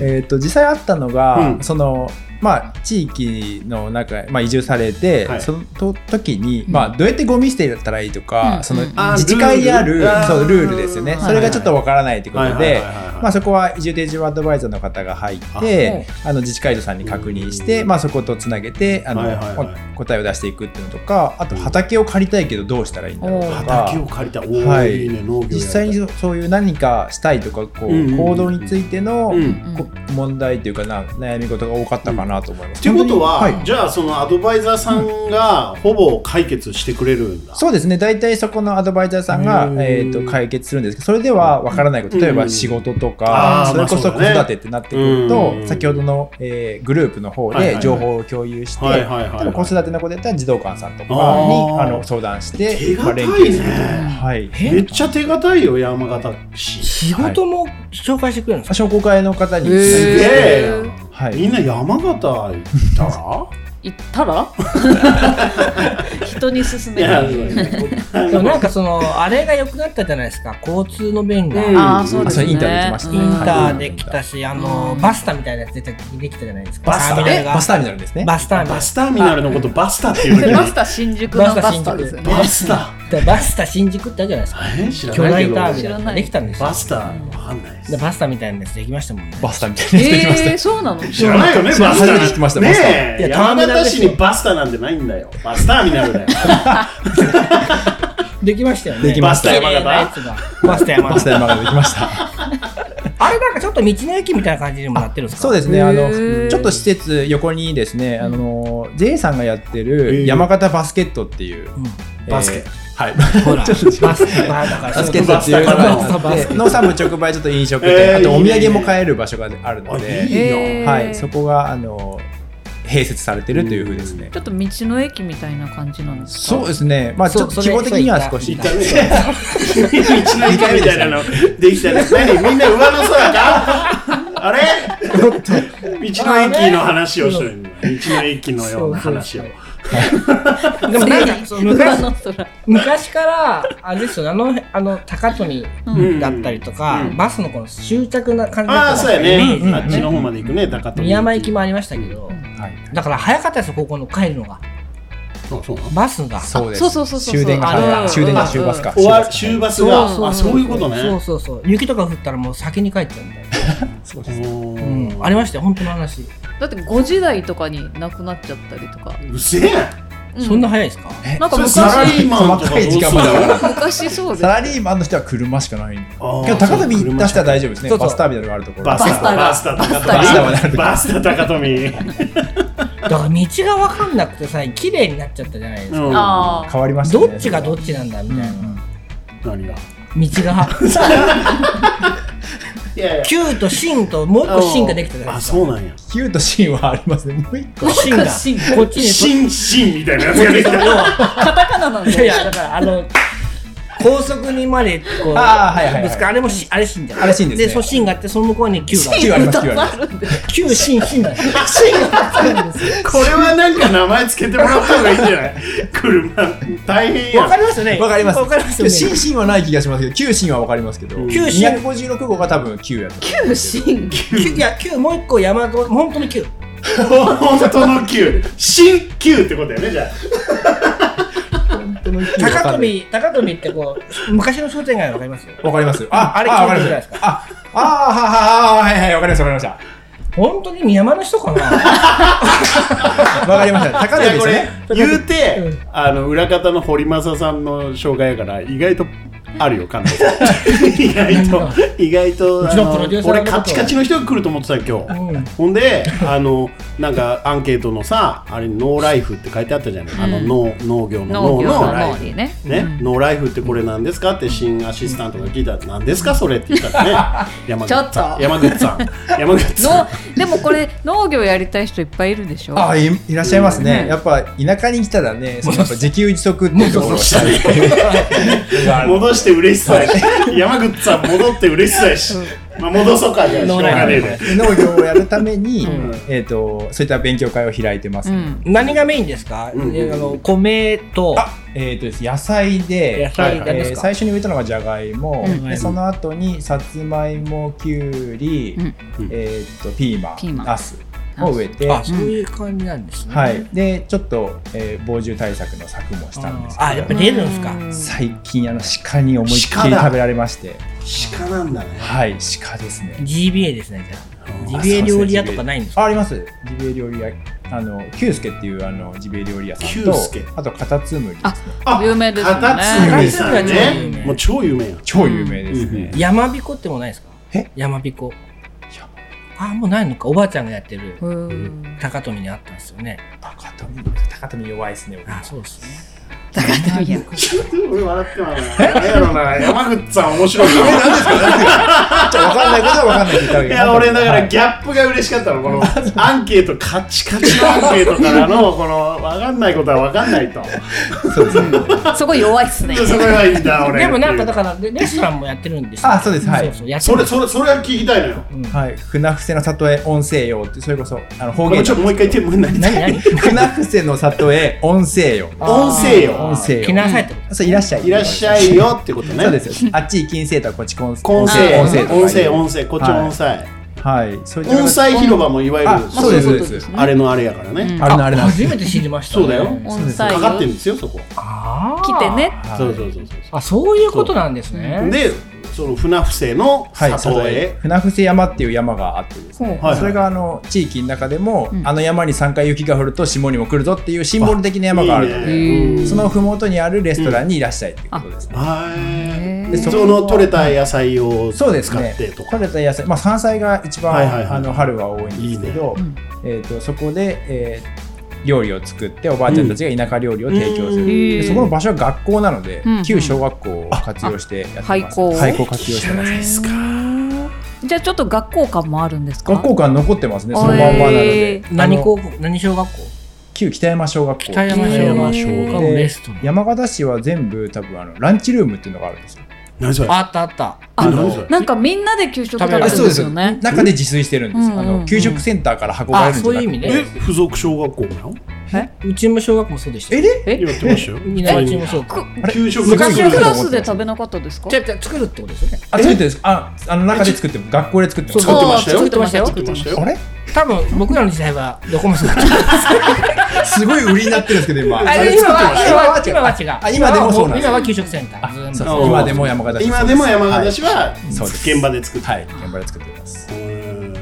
えっと実際あったのが、うんそのまあ地域の中へまあ移住されて、はいその時に、まあどうやってゴミ捨てたらいいとか、うんそのあー自治会にあルるールあーそうルールですよね。はいそれがちょっとわからないということはいはいはでいはいはい、まあそこは移住定住アドバイザーの方が入って、あの自治会長さんに確認して、まあそことつなげてあの、はいはいはいお答えを出していくっていうのとか、あと畑を借りたいけどどうしたらいいんだろうとか。畑を借りた。おお、、はいいいね。農業やりたい実際にそそういう何かしたいとかこう、うんうんうん行動についての、うん。こ問題というかな悩み事が多かったかなと思います。っていうことは、本当にいじゃあそのアドバイザーさんがほぼ解決してくれるんだ。そうですね大体そこのアドバイザーさんがう、んえー、と解決するんですけどそれでは分からないことうん例えば仕事とあーか、それまあこそそ子うだね育てってなってくると、うん先ほどの、えーグループの方はいはいはでい情報を共有して、はいはいはいはい例えば子育てのことやったら児童館さんとかあにーあの相談して手まあ堅い連携する。ね。はい、めっちゃ手堅いよ、山形市。仕事も紹介してくれるんですか商工会の方に、すげえへやん。はみい、んな山形行った ら行ったら 人に勧いめや、るそうだねでもなんかそのあれが良くなったじゃないですか交通の便が、うんああそうあですそねれインターできましたね、インターはいできたし、あのうんバスタみたいなやつ出てできたじゃないですか。バスタターミナルーがバスターミナルですね。バスターミナバルスターミナルのことバスタっていうのでにバス タ新宿のバスタですよねバスタでバスタ新宿ってあるじゃないですか。え知巨らない大けどターミナルができたんですよバ。スタわかんないですでバスタみたいなやつできましたもんね。バスタみたいなやつできました。えー、そうなの知らないよね、バ知スタらー。ない初めて聞きましたバスタねいえ、や山ターミナ形ルです市よにバスタなんてないんだよ。バスターミナルだよ。できましたよね。できました綺麗なやつがバスタ山バスタ形。山ができました。あれなんかちょっと道の駅みたいな感じにもなってるんですか。。そうですすね。あのへーちょっと施設横にですね、あの J さんがやってる山形バスケットっていう、えーバスケはい。ほらちょっと違うバスタバーだから。バスケットっていうバスタバスケ農産物直売所と飲食店、えーあとおいいね土産も買える場所があるのあいいで、えへーはい、そこがあの併設されてるというふうですねち。ょっと道の駅みたいな感じなんですかそうですね。まあちょっとそう規模的には少それし行ったね。道の駅みたいなのできたね。何みんな上の空かあれ道の駅の話をしてる道の駅のような話を。そうはで もなんかその昔の空昔からあれですよねあのあの高富だったりとか、うんバスのこの終着な感じあだあ、ったそうやイメージね。あがっちの方まで行くね、高富。宮山駅もありましたけど、はいだから早かったですよ高校の帰るのがそうそうバスがそうです。そうそうそうそう終電があの終電うがん終バスか。終わ終終ババスが、そうあ、そうそうそういうことそうね。そうそう雪とか降ったらもう先に帰っちゃうんだよ、スか。そうおですーうん、ありましたよ本当の話だって5時台とかになくなっちゃったりとかうせえそんな早いですかなんかそれ昔サラリーマンとか細かい時間までそうそう昔そうですサラリーマンの人は車しかないけあーど高飛び出したら大丈夫ですねそうそうバスターミナルがあるところバスタババススタタ高バス富バスタ高富だから道が分かんなくてさ綺麗になっちゃったじゃないですか、うんあ変わりましたねどっちがどっちなんだみたいな、何が道がいやいや Q と芯ともう一個芯ができたじゃないあですそうなんやキュートシーンはありますねもう一個か芯がこっちにシンシンみたいなやつができたあカタカナなんいやいでやだからあの高速にまでこうあーはいはいはいぶつかあれもしあれ芯じゃんあれ芯ですねでその芯があってその向こうに Q があるキューありますキューありまあするんで Q 芯芯なんですよこれはなんか名前つけてもらった方がいいんじゃ ない車大変やわかりますよねわかりますわかりますよシンねシンはない気がしますけどキューシーンはわかりますけどキューシーン256号が多分キューやと思う新 Q いや Q もう一個山越え本当に Q 本当の級新級ってことやねじゃ高飛高飛ってこう昔の商店街わかりますよわかりますああれわかりキューまトすじゃあああーははははいはいわかりましたわかりまし本当に山の人かなたわかりました高あ飛いやびでこすれね言うて、あの裏方の堀正さんの紹介やから意外とあるよ感動意外と意外とうちのプロデューサーの俺ことカチカチの人が来ると思ってた今日、うんほんであのなんかアンケートのさあれにノーライフって書いてあったじゃない、あの農農業の農農業ののライ脳フにねね、ノーライフってこれなんですかって新アシスタントが聞いたら何ですかそれって言ったらね山口さんちょっと山口さん山口さん のでもこれ農業やりたい人いっぱいいるでしょあいいらっしゃいますうねんやっぱ田舎に来たらねそのやっぱ自給自足っていうところ戻 したね戻して嬉しそうやし山口さん戻って嬉しそうやし、まあ、戻そうかじゃあしょうがねえで農業をやるために、んえっとそういった勉強会を開いてます、うん何がメインですか、うんであの米とあえっ、とです野菜で野菜なんですえーか、最初に植えたのがじゃがいも、うんでその後にさつまいもきゅうり、うんえっ、とピーマンピーマンナスを植えてあそういう感じなんですね、はい、でちょっと、えー、防獣対策の策もしたんですけどあやっぱり出るんですか最近あの鹿に思いっき鹿りだ食べられまして鹿なんだねはい鹿ですね GBA ですねじゃうんあ GBA 料理屋とかないんですかあありますジビエ料理屋あの久助っていうあのジビエ料理屋さん久と助あとカタツムリああ有名ですよねカタツムリさんカタツムリねもう超有名やん超有名ですね、う山彦ってもないですかえ山彦山あもうないのかおばあちゃんがやってるうん高富にあったんですよね高富高富弱いですねあそうですね俺笑ってまうな何やろな山口さん面白いなじゃあ分かんないことは分かんないって言ったわいけや俺だかはらいギャップが嬉しかったのこのアンケートカチカチのアンケートからのこの分かんないことは分かんないとそうですねそこ弱いっすねそれはいいんだ俺でもなんかだからレレストランもやってるんですよあそうですはいそうそうやってそるれそれそれは聞きたいのよはい船伏の里へ音声よってそれこそあの方これ言ちょっともう一回言ってもらえな何い何船伏の里へ音声よ音声よ音声来よなさいってこそういらっしゃいいらっしゃいよってことねそうですよあっち金星とかこっち音声音声音声音声音音声こっち音声はいそういった音声広場もいわゆるあそうですそうですあれのあれやからねあれなあれとな初めて知りましたそうだよ音か声かってるんですよそこあー来てねそうそうそうそあそういうことなんですねうでその船伏のはい、里へ船伏山っていう山があってですね、はいそれがあの地域の中でも、んあの山に3回雪が降ると霜にも来るぞっていうシンボル的な山があるのいいでねその麓にあるレストランにいらっしゃいっていうことですね、はいでへーその取れた野菜を使そうですっねてとか取れた野菜、まあ、山菜が一番、はいはいはいあの春は多いんですけどえー、とそこで、えー料理を作っておばあちゃんたちが田舎料理を提供する、うんでそこの場所は学校なので、うん旧小学校を活用してやってます廃校を廃校活用してますですかじゃあちょっと学校感もあるんですか学校感残ってますねそのまんまなのへでー何高校校何小学校旧北山小学校北山小学校でのレストラン山形市は全部多分あのランチルームっていうのがあるんですよ何それあったあったああ何のそれなんかみんなで給食食べるんですよね中で自炊してるんでうす、んあうんうんの給食センターから運ばれるんじあそゃなくてういう意味ねえ付属小学校なのうちも小学校もそうでしたえよでやってました よ稲葉うちもそうくあれ給食昔は昔クはラスで食べなかったですかじゃじゃ作るってことですよねあ作ってるんですああの中で作っても学校で作っても作ってましたよ作ってましたよ作ってましたよあれ多分僕らの時代はどこもそうだったすごい売りになってるんですけど今あれ今は今は今は違うあ今でもそうなんです今は給食センターずそーうっとそう今でも山形市今でも山形市はそうです現場で作ってはい、現場で作ってます。る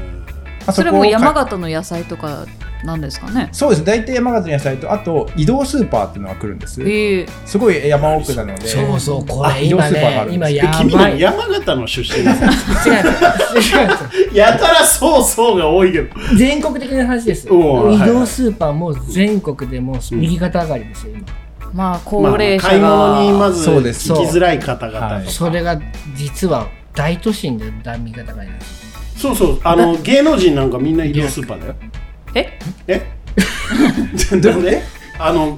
あそれもこ山形の野菜とかなんですかね。そうです大体山形に野菜とあと移動スーパーっていうのが来るんですええすごい山奥なのでそうそう、こあれ移動今スーパーがあねる、んで今すえや君ば何い。違う山形の出身なの違う やたらそうそうが多いけど全国的な話です。移おうはい動スーパーも全国でもう右肩上がりですよ、今。まあ高まあ齢買者い物にまがずそ行うきですづらい方々はいそれが実は大都心で右肩上がりなんです。そうそうあの芸能人なんかみんな移動スーパーだよええでもねあの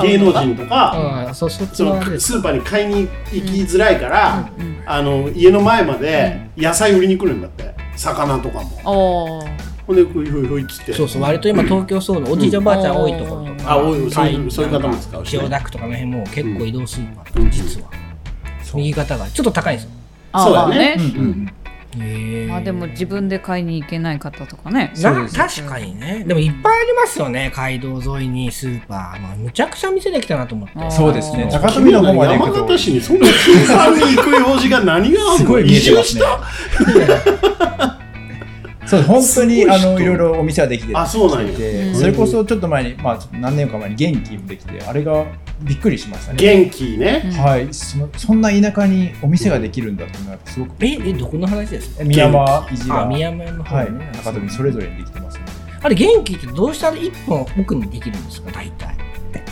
芸能人とか、うん、そそっちそのあれのです。スーパーに買いに行きづらいから、うんうんあの家の前まで野菜売りに来るんだって魚とかもおお。ほんでふいふいふいっつってそうそう、割と今東京そうのおじいちゃんおばあちゃん多いところとか。あ多いそういうはいそういう方も使うし千ね代田区とかの辺も結構移動スーパー、うん実は。右肩がちょっと高いんですよ。あそうだまあねね。うんまあでも自分で買いに行けない方とかね。な確かにね。でもいっぱいありますよね、街道沿いにスーパー。まあ、むちゃくちゃ店できたなと思って。あーそうですね高君富らの方まで行山くと形市にそんな頻繁に行く用事が何があるすのごい見移えてま住すしねた そう本当すにごいあ人のいろいろお店はできてあそうなんやきててうんそれこそちょっと前に、まあ、ちょっと何年か前に元気もできてあれがびっくりしましたね元気ねはいそのそんな田舎にお店ができるんだっていうのはすごくえ、え、どこの話ですか宮間伊地あ、が宮前のは方いね。高富それぞれにできてますねあれ、元気ってどうしたら一本奥にできるんですか、大体。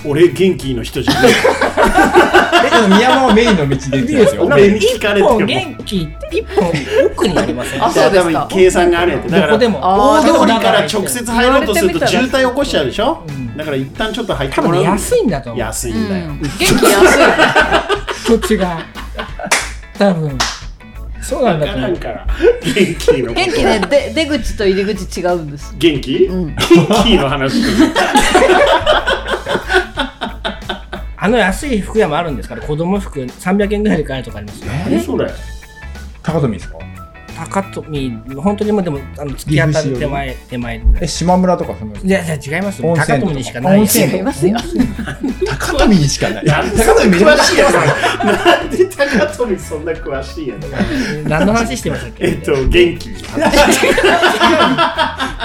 俺元気の人じゃないえでも宮間はメインの道で行ってますよお前に聞かれ一ても本元気って一本奥にありま せんあそうですか多分計算があるんやってだどかこらでも。あ大ー通りから直接入ろうとすると渋滞起こしちゃうでしょ、うんだから一旦ちょっと入って多もら分う安いんだと思う。安いうんだよ、ん。元気安いよね。土地が。多分。そうなんだ分とから思う。んから元気のこと元気ね、で出口と入り口違うんです。元気、ん元気の 話あの安い服屋もあるんですから、子供服300円ぐらいで買えるとかありますよ。何それ高富ですか高富、本当にもうでも、あの突き当たる手前、手前ぐらえい。島村とかそのいやいや違いますよ。温泉高とか富にしかない。温泉違いますよ。高富にしかないいや高富めちゃ詳くちゃしいやつなんで高富そんな詳しいやつ何の話してましたっけえっと元 気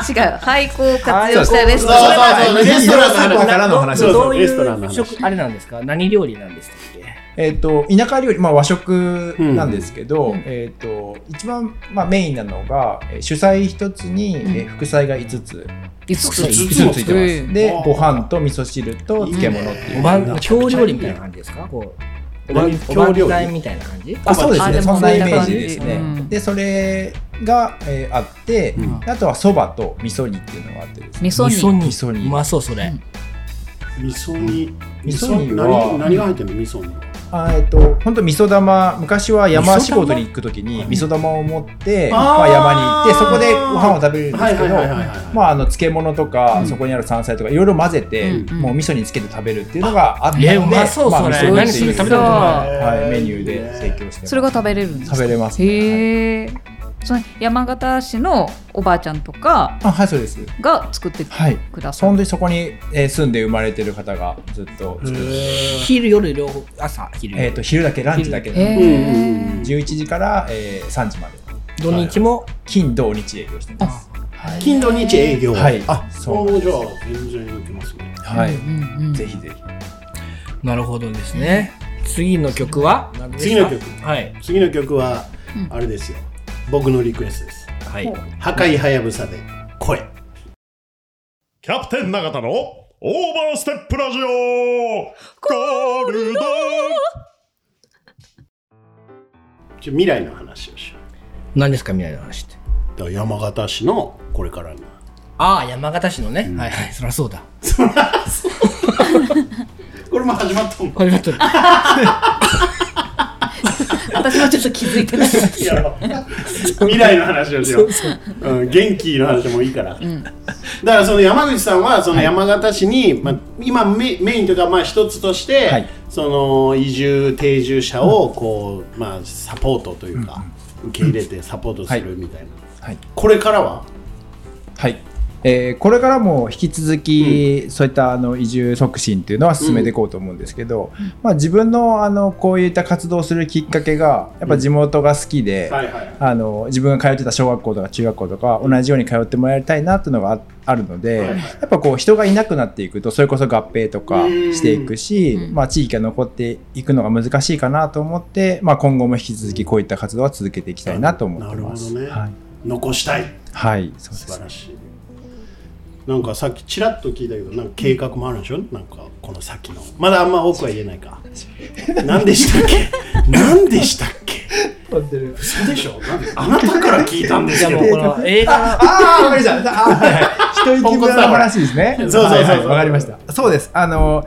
違う。廃校を活用したレストそうラン。そうそうレストランスーパーからの話そうそうどうレストランのいう話食、あれなんですか何料理なんですかっけえっと田舎料理、まあ、和食なんですけど、えっと一番、まあ、メインなのがえー主菜一つに、えー副菜が五つ五つ五五つついてます、うんでうんご飯と味噌汁と漬物っていう、おばん、京料理みたいな感じですかこう、おばん、おば京料ん理ざいみたいな感じあそうですあでねもそんなイメージですそんね、な感じでそれが、えーあって、うんあとはそばと味噌煮っていうのがあってですね味噌味噌煮。煮。味噌煮うまそう、それ。味噌煮味噌煮何は何が入ってんの味噌煮あーえっと本当味噌玉昔は山味噌仕玉事に行く時に味噌玉を持って、あーまあ、山に行ってそこでご飯を食べるんではすいけはいどはいはいはい、まあ、あの漬物とか、うんそこにある山菜とかいろいろ混ぜて、うんうんもう味噌につけて食べるっていうのがあったので、えうまそうまあそれ味噌煮何っていうそれ食べたことないはい、メニューで提供してますそれが食べれるんですか。食べれますねへえ。その山形市のおばあちゃんとかあはいそうですが作ってはいくださ本る。当にそこに、えー住んで生まれてる方がずっと作って昼、夜、両方、朝、昼。えー、と昼だけランチだけへうんえ。 11時から、えー3時まで土日も、金土日営業してます金土日営業はいあそそううじゃあ全然いけますねはい、うんうん。ぜひぜひなるほどですね。次の曲は次の曲はい。次の曲はうんあれですよ僕のリクエストですはい。破壊はやぶさで声キャプテン永田のオーバーステップラジオゴールドちょ未来の話をしよ何ですか、未来の話って。うだから山形市のこれからのああ、山形市のね。はいはい、そりゃそうだ。これも始まったもんありがとう。 私はちょっと気づいてない。いや未来の話をしよううん、元気の話もいいから、だからその山口さんはその山形市に、まあ、今メメインというかまあ一つとして、はいその移住定住者をこう、まあ、サポートというか、受け入れてサポートするみたいな、はいこれからははいえーこれからも引き続き、そういったあの移住促進っていうのは進めていこうと思うんですけど、まあ、自分のあのこういった活動をするきっかけがやっぱ地元が好きで、はいはいあの自分が通ってた小学校とか中学校とか同じように通ってもらいたいなっていうのがああるので、はいやっぱこう人がいなくなっていくとそれこそ合併とかうんしていくし、うんまあ、地域が残っていくのが難しいかなと思って、まあ、今後も引き続きこういった活動は続けていきたいなと思ってます。なるほどねはい残したいはい、そうです素晴らしいなんかさっきちらっと聞いたけどなんか計画もあるんでしょなんかこの先のまだあんま多くは言えない か何でしたっけ何でしたっけ嘘でしょなんであなたから聞いたんですじゃあもけどうこの映 画ああ、わかりました。あーはい一息分の話ですね。そうそうそうはいはいわかりました。そうです。あの。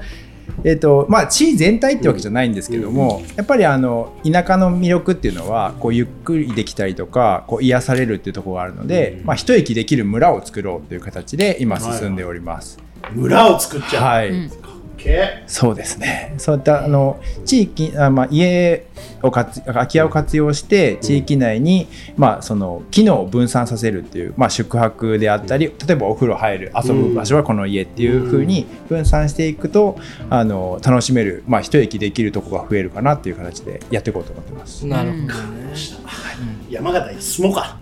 えっとまあ、地位全体ってわけじゃないんですけども、やっぱりあの田舎の魅力っていうのはこうゆっくりできたりとかこう癒されるっていうところがあるので、まあ、一息できる村を作ろうという形で今進んでおります。村を作っちゃう、はい、うんけそうですね。そういったあの地域あまあ家を活空き家を活用して地域内に、まあその機能を分散させるっていうまあ宿泊であったり、例えばお風呂入る遊ぶ場所はこの家っていう風に分散していくと、あの楽しめるまあ一息できるとこが増えるかなっていう形でやっていこうと思ってます。なるほど山形に住もうか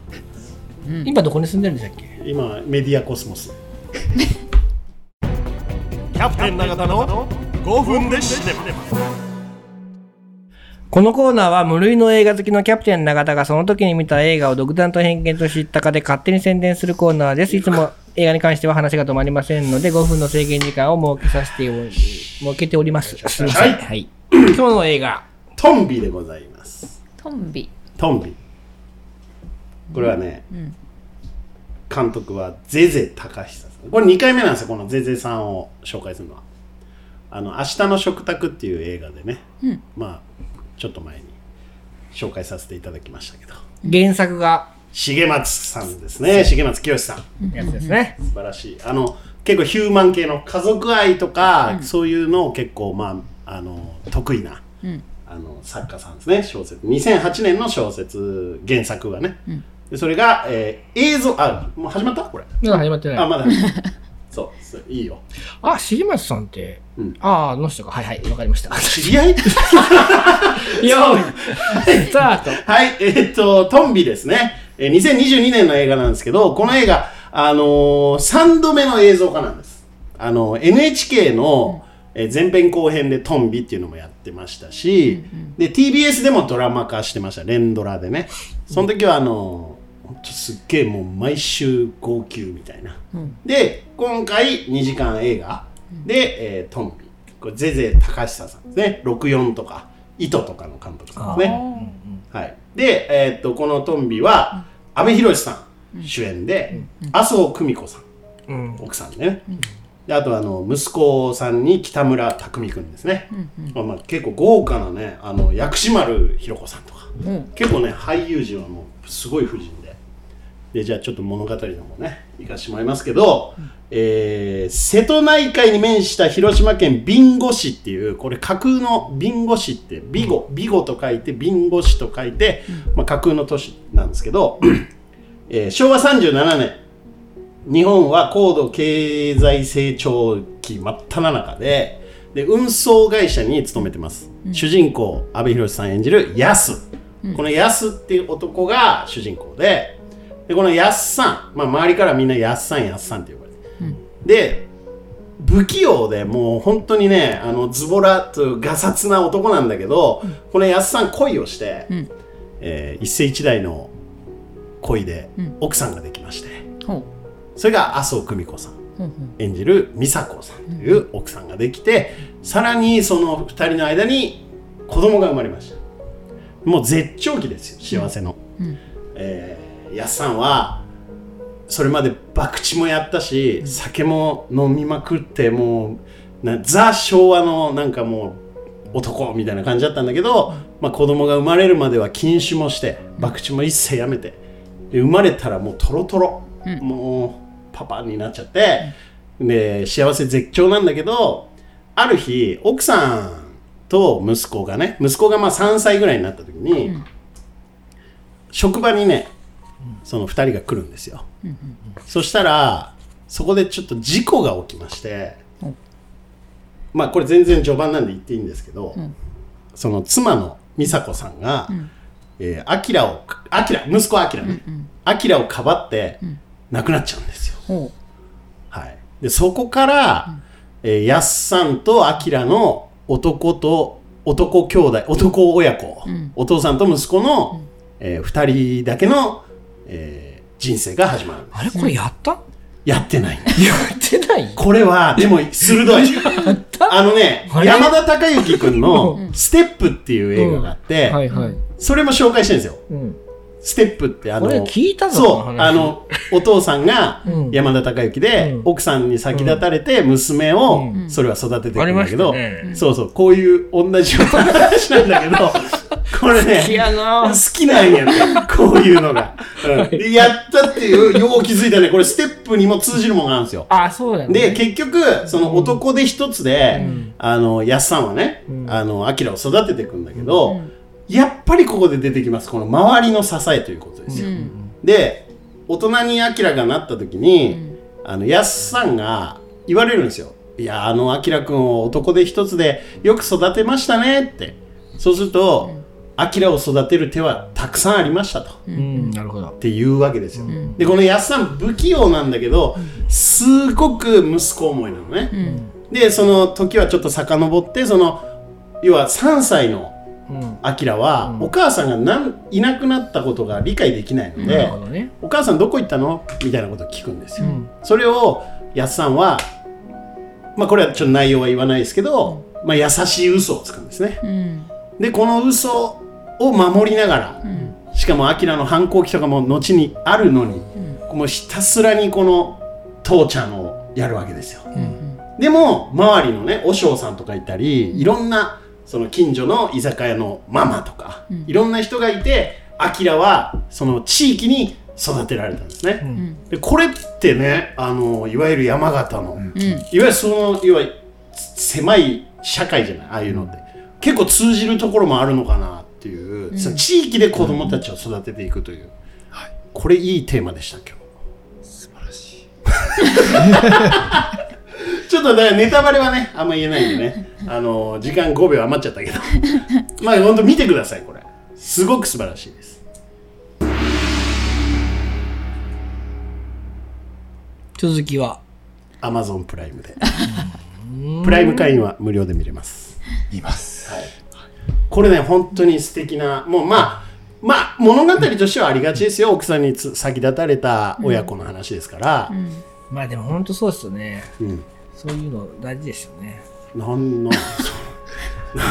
今どこに住んでるんでしたっけ今メディアコスモスキャプテン永田の5分でシネマこのコーナーは無類の映画好きのキャプテン永田がその時に見た映画を独断と偏見と知ったかで勝手に宣伝するコーナーです。いつも映画に関しては話が止まりませんので5分の制限時間を設けさせており、設けております。すいません。はいはい。今日の映画。トンビでございますトンビトンビこれはね、ん監督はゼゼ高久さんこれ2回目なんですよこのゼゼさんを紹介するのはあの「明日の食卓」っていう映画でね、うんまあちょっと前に紹介させていただきましたけど原作が重松さんですね重松清さんやつですね。素晴らしいあの結構ヒューマン系の家族愛とか、そういうのを結構まああの得意な、うんあの作家さんですね小説2008年の小説原作がね、んでそれが、えー映像あもう始まったこれまだ始まってあない。まだ そうそういいよあ、重松さんってうん、ああ、あの人か。はいはい、わかり ました。知り合いよーい スタートはいえーっとトンビですね、えー2022年の映画なんですけどこの映画あのー、3度目の映像化なんですあの NHK の、えー前編後編で「トンビ」っていうのもやってましたし、で TBS でもドラマ化してました連ドラでねその時はあのーほんとすっげえもう毎週号泣みたいな、で今回2時間映画で、えートンビこれゼゼ高久さんですね64とか糸とかの監督さんですねはい、で、えーっとこのトンビは阿部寛さん主演で、麻生久美子さんうん。奥さんね、であとあの息子さんに北村匠海くんですね、まあ、結構豪華なねあの薬師丸ひろ子さんとか、うん結構ね俳優陣はもうすごい夫人ででじゃあちょっと物語の方ね行かしてもらいますけど、えー瀬戸内海に面した広島県ビンゴ市っていうこれ架空のビンゴ市ってビゴビゴと書いてビンゴ市と書いて、まあ、架空の都市なんですけど、 えー昭和37年日本は高度経済成長期真っ只中でで運送会社に勤めてます、主人公阿部寛さん演じるヤス、このヤスっていう男が主人公ででこのヤスさん、まあ、周りからみんなヤスさんヤスさんって呼ばれて、で不器用でもう本当にねあのズボラというがさつな男なんだけど、このヤスさん恋をして、んえー一世一代の恋でうん奥さんができまして、ほうそれが麻生久美子さんほうほう演じる美佐子さんという奥さんができて、さらにその2人の間に子供が生まれましたもう絶頂期ですよ幸せの、うんうんえーやっさんはそれまで博打もやったし、酒も飲みまくってもうなザ昭和のなんかもう男みたいな感じだったんだけど、まあ、子供が生まれるまでは禁酒もして博打も一切やめてで生まれたらもうトロトロ、うんもうパパになっちゃって、で幸せ絶頂なんだけどある日奥さんと息子がね息子がまあ3歳ぐらいになった時に、うん職場にねその2人が来るんですよ、そしたらそこでちょっと事故が起きまして、まあこれ全然序盤なんで言っていいんですけど、その妻の美佐子さんが、えーアキラをアキラ息子アキラね、アキラをかばって亡くなっちゃうんですよ、ほうはい、でそこから、えーやっさんとアキラの男と男兄弟男親子、お父さんと息子の、え2人だけの、えー人生が始まるんですあれこ れやった、やってないんですやってないこれはでも鋭い あのねあれ山田孝之君の「ステップ」っていう映画があって、はいはい。それも紹介してるんですようん。ステップってあのこれ聞いたぞそこのう話あのお父さんがうん山田孝之で、うん奥さんに先立たれて娘を、それは育てていくんだけど、ありましたねそうそうこういう同じような話なんだ けどこれねいやなぁ。好きなんやねこういうのが、うんでやったっていうよう気づいたねこれステップにも通じるもんがあるんですよあ、そうだよね。で、結局、その男で一つで、あの、やっさんはね、あの、アキラを育てていくんだけど、やっぱりここで出てきます、この周りの支えということですよ。で、大人にアキラがなった時に、あの、やっさんが言われるんですよ。いや、あの、アキラくんを男で一つでよく育てましたねって。そうすると、アキラを育てる手はたくさんありましたと。うん、なるほどっ。ていうわけですよ、でこのやっさん不器用なんだけど、すごく息子思いなのね、でその時はちょっと遡ってその要は3歳のうん。アキラは、お母さんがなんいなくなったことが理解できないのなでる、ほどね。お母さんどこ行ったのみたいなことを聞くんですよ、んそれをやっさんはまあこれはちょっと内容は言わないですけど、まあ、優しい嘘をつくんですねうんでこの嘘を守りながら、しかもアキラの反抗期とかも後にあるのに、もうひたすらにこの父ちゃんをやるわけですよ、でも周りのね和尚さんとかいたりいろんなその近所の居酒屋のママとか、いろんな人がいてアキラはその地域に育てられたんですね、でこれってねあのいわゆる山形の、いわゆるそのいわゆる狭い社会じゃないああいうのって、結構通じるところもあるのかなっていう、その地域で子供たちを育てていくという、これいいテーマでした今日素晴らしい ちょっとだからネタバレはねあんま言えないんでねあの時間5秒余っちゃ ったけどまあ本当見てくださいこれすごく素晴らしいです続きは。 Amazon プライムでプライム会員は無料で見れますいます。これね本当に素敵なもうまあまあ物語としてはありがちですよ奥さんにつ先立たれた親子の話ですから、まあでもほんとそうっすよね。うんそういうの大事ですよね。なんの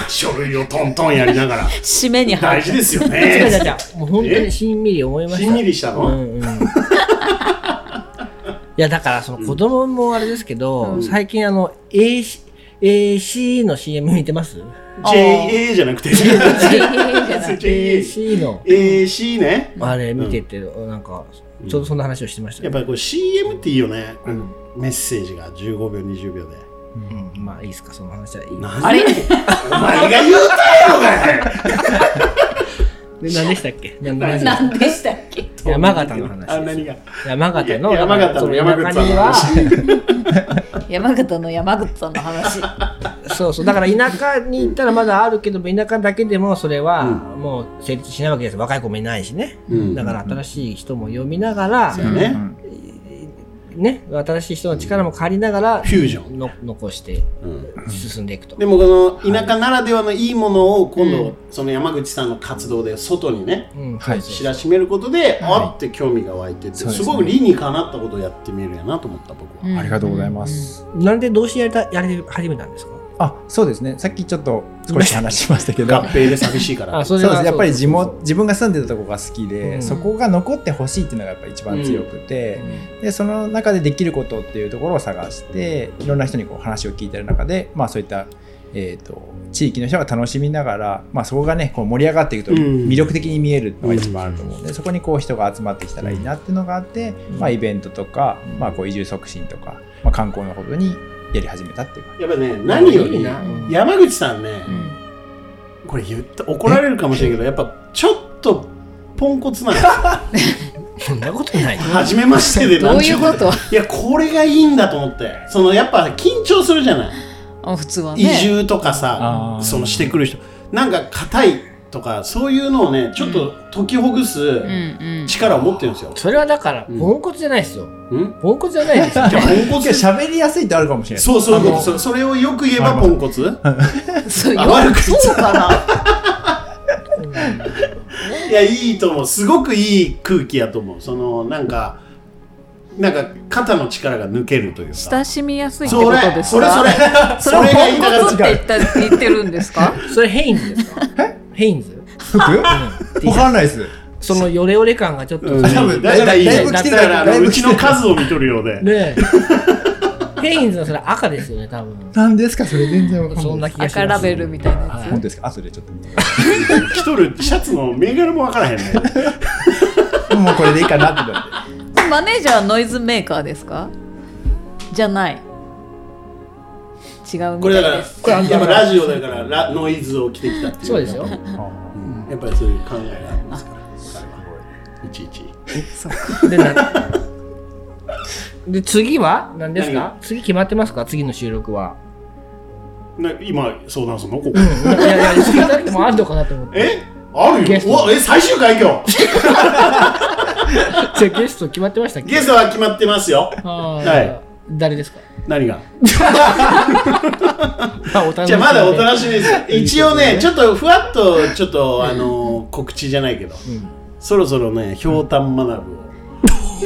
書類をトントンやりながら締めに入大る事ですよ違う 違う違ねう。もうほんとにしんみり思いました。しんみりしたの、うんうん。いやだからその子供もあれですけど、最近あの AC, AC の CM 見てます JA じゃなくて JA ?AC の AC ねあれ見てて、なんかちょうどそんな話をしてましたねやっぱりこれ CM っていいよね、メッセージが15秒20秒でうん、まあいいですかその話はいいあれお前が言うたよで何でしたっけ何の話何でしたっけお前山形の話ですあ何が山形のいや山形の山口さんの話その田舎に山形の山口さんの話はそうそうだから田舎に行ったらまだあるけども田舎だけでもそれはもう成立しないわけです若い子もいないしね、うんだから新しい人も読みながら、ね、ね新しい人の力も借りながらフュージョンの残してうん進んでいくと、でもこの田舎ならではのいいものを今度、その山口さんの活動で外にね、うんはい知らしめることで、あって興味が湧いててす,、そうですねごく理にかなったことをやってみるやなと思った僕は、ありがとうございます。なんでどうしてやりたやり始めたんですかあ、そうですね。さっきちょっと少し話しましたけ ど合。併で寂しいからそうですはやっぱりそう地そうそう元自分が住んでたとこが好きで、うんそこが残ってほしいっていうのがやっぱ一番強くて、でその中でできることっていうところを探していろんな人にこう話を聞いてる中で、まあ、そういった、えー、と地域の人が楽しみながら、まあ、そこがねこう盛り上がっていくとうん魅力的に見えるのが一番あると思うんで、そこにこう人が集まってきたらいいなっていうのがあって、まあ、イベントとか、まあ、こう移住促進とか、まあ、観光のことにやり始めたっていうかやっぱね何よいいりなうん山口さんね、うんこれ言った怒られるかもしれんけどやっぱちょっとポンコツなんですよそんなことない。初めましてでどういうことなんちゅいやこれがいいんだと思ってそのやっぱ緊張するじゃないあ普通はね移住とかあさーそのしてくる人なんか硬いとかそういうのをねちょっと解きほぐすうんうん力を持ってるんですよ、それはだから、ポンコツじゃないですよ。うん、ポンコツじゃないです よ。じゃあポンコいやツ喋りやすいってあるかもしれないそうそういうことあのそそれをよく言えばポンコツそうあ悪よ口そうかないや いいと思うすごくいい空気やと思うそのなんかなんか肩の力が抜けるというか親しみやすいってこそとれですかそれそれそれそをれが言いたかポンコっツたって言った言ってるんですか それヘインズですかヘインズ服わかんないですそのヨレヨレ感がちょっと。うんね多分だからいいだいぶ来だてかるらあのだいぶう来てちるの数を見とるようでえ。ヘインズのそれ赤ですよね、多分。何ですかそれ全然わかんないそんな気がします。赤ラベルみたいなや本当ですか後でちょっと見てみま着とるシャツの銘柄も分からへんねすもうこれでいいかなってなってつマネージャーはノイズメーカーですかじゃない違うこみれただかいでらすこれやっぱラジオだからラノイズを着てきたっていうそうですよ。うんやっぱりそういう考えがあるんですから彼はいちいちで、なで次は何ですか何次決まってますか次の収録は。な今相談するのここいやいや、次だけでもあるのかなと思って。えあるゲよスうトわえ最終回今日じゃあゲスト決まってましたっけゲストは決まってますよは。はい誰ですか何があ、お楽しみじゃあまだお楽しみです一応ねちょっとふわっとちょっとあのー告知じゃないけどそろそろねひょうたんマダム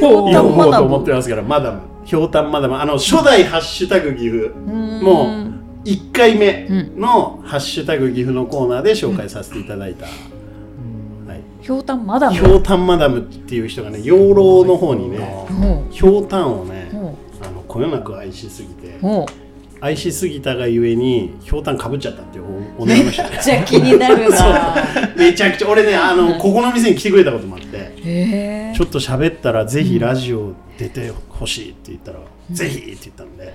をお読もうと思ってますからマダムひょうたんマダムあの初代ハッシュタグ岐阜もう1回目の「ハッシュタグ岐阜」のコーナーで紹介させていただいた、はい、ひょうたんまだひもょうたんマダムっていう人がね養老の方にねもひょうたんをねうもあのこよなく愛しすぎてうも愛しすぎたがゆえにひょうたんかぶっちゃったっていうお女の人うめっちゃ気になるな めちゃくちゃ俺ねあのここの店に来てくれたこともあってへえちょっと喋ったらぜひラジオ出てほしいって言ったら、ぜひって言ったので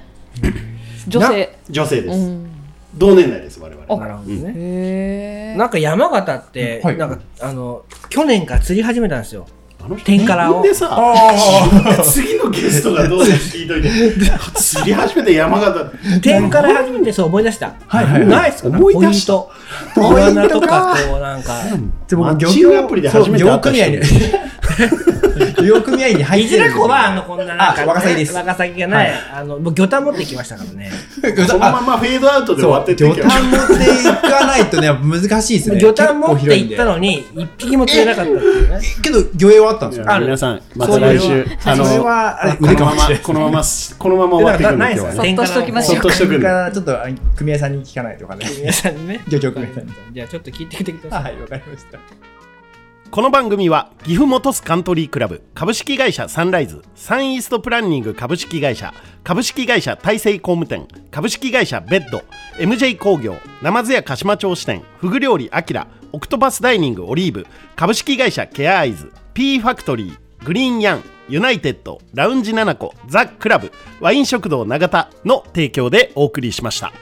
女性女性です、うん同年代です我々なるほどへね。えなんか山形って、はいなんかあの去年から釣り始めたんですよ。あの人天からを自分でさ 次のゲストがどうです聞いといて釣り始めて山形天から始めてそう思い出した。はいはいはいないですか思い出したポイント。イワナとかこうなん か。でマッチングアプリで初めてそ会う業った組人合に業組合に入いってずるれこはあのこんななんか、あワカサギですワカサギがない、あのもう魚探持ってきましたからね。そのままフェードアウトで終そわってうって魚けど探持っていかないとね難しいですね魚探持っ結構て広いん行でったのに一匹も釣れなかったっていうね。けど魚影はあったんですよあ皆さんまた来週あそれのはあれこの腕かまもしれまないこのままこのまま終わっていくんで今日はそねっとしときましそょっうとしとくんでちょっとあ組合さんに聞 かないとかね皆さんにね。 漁協組合さんにじゃあちょっと聞いてきてください。はいわかりましたこの番組は岐阜本スカントリークラブ株式会社サンライズサンイーストプランニング株式会社株式会社大成工務店株式会社ベッド MJ 工業ナマズ屋鹿島町支店フグ料理アキラオクトパスダイニングオリーブ株式会社ケアアイズ P ファクトリーグリーンヤンユナイテッドラウンジナナコザ・クラブワイン食堂永田の提供でお送りしました。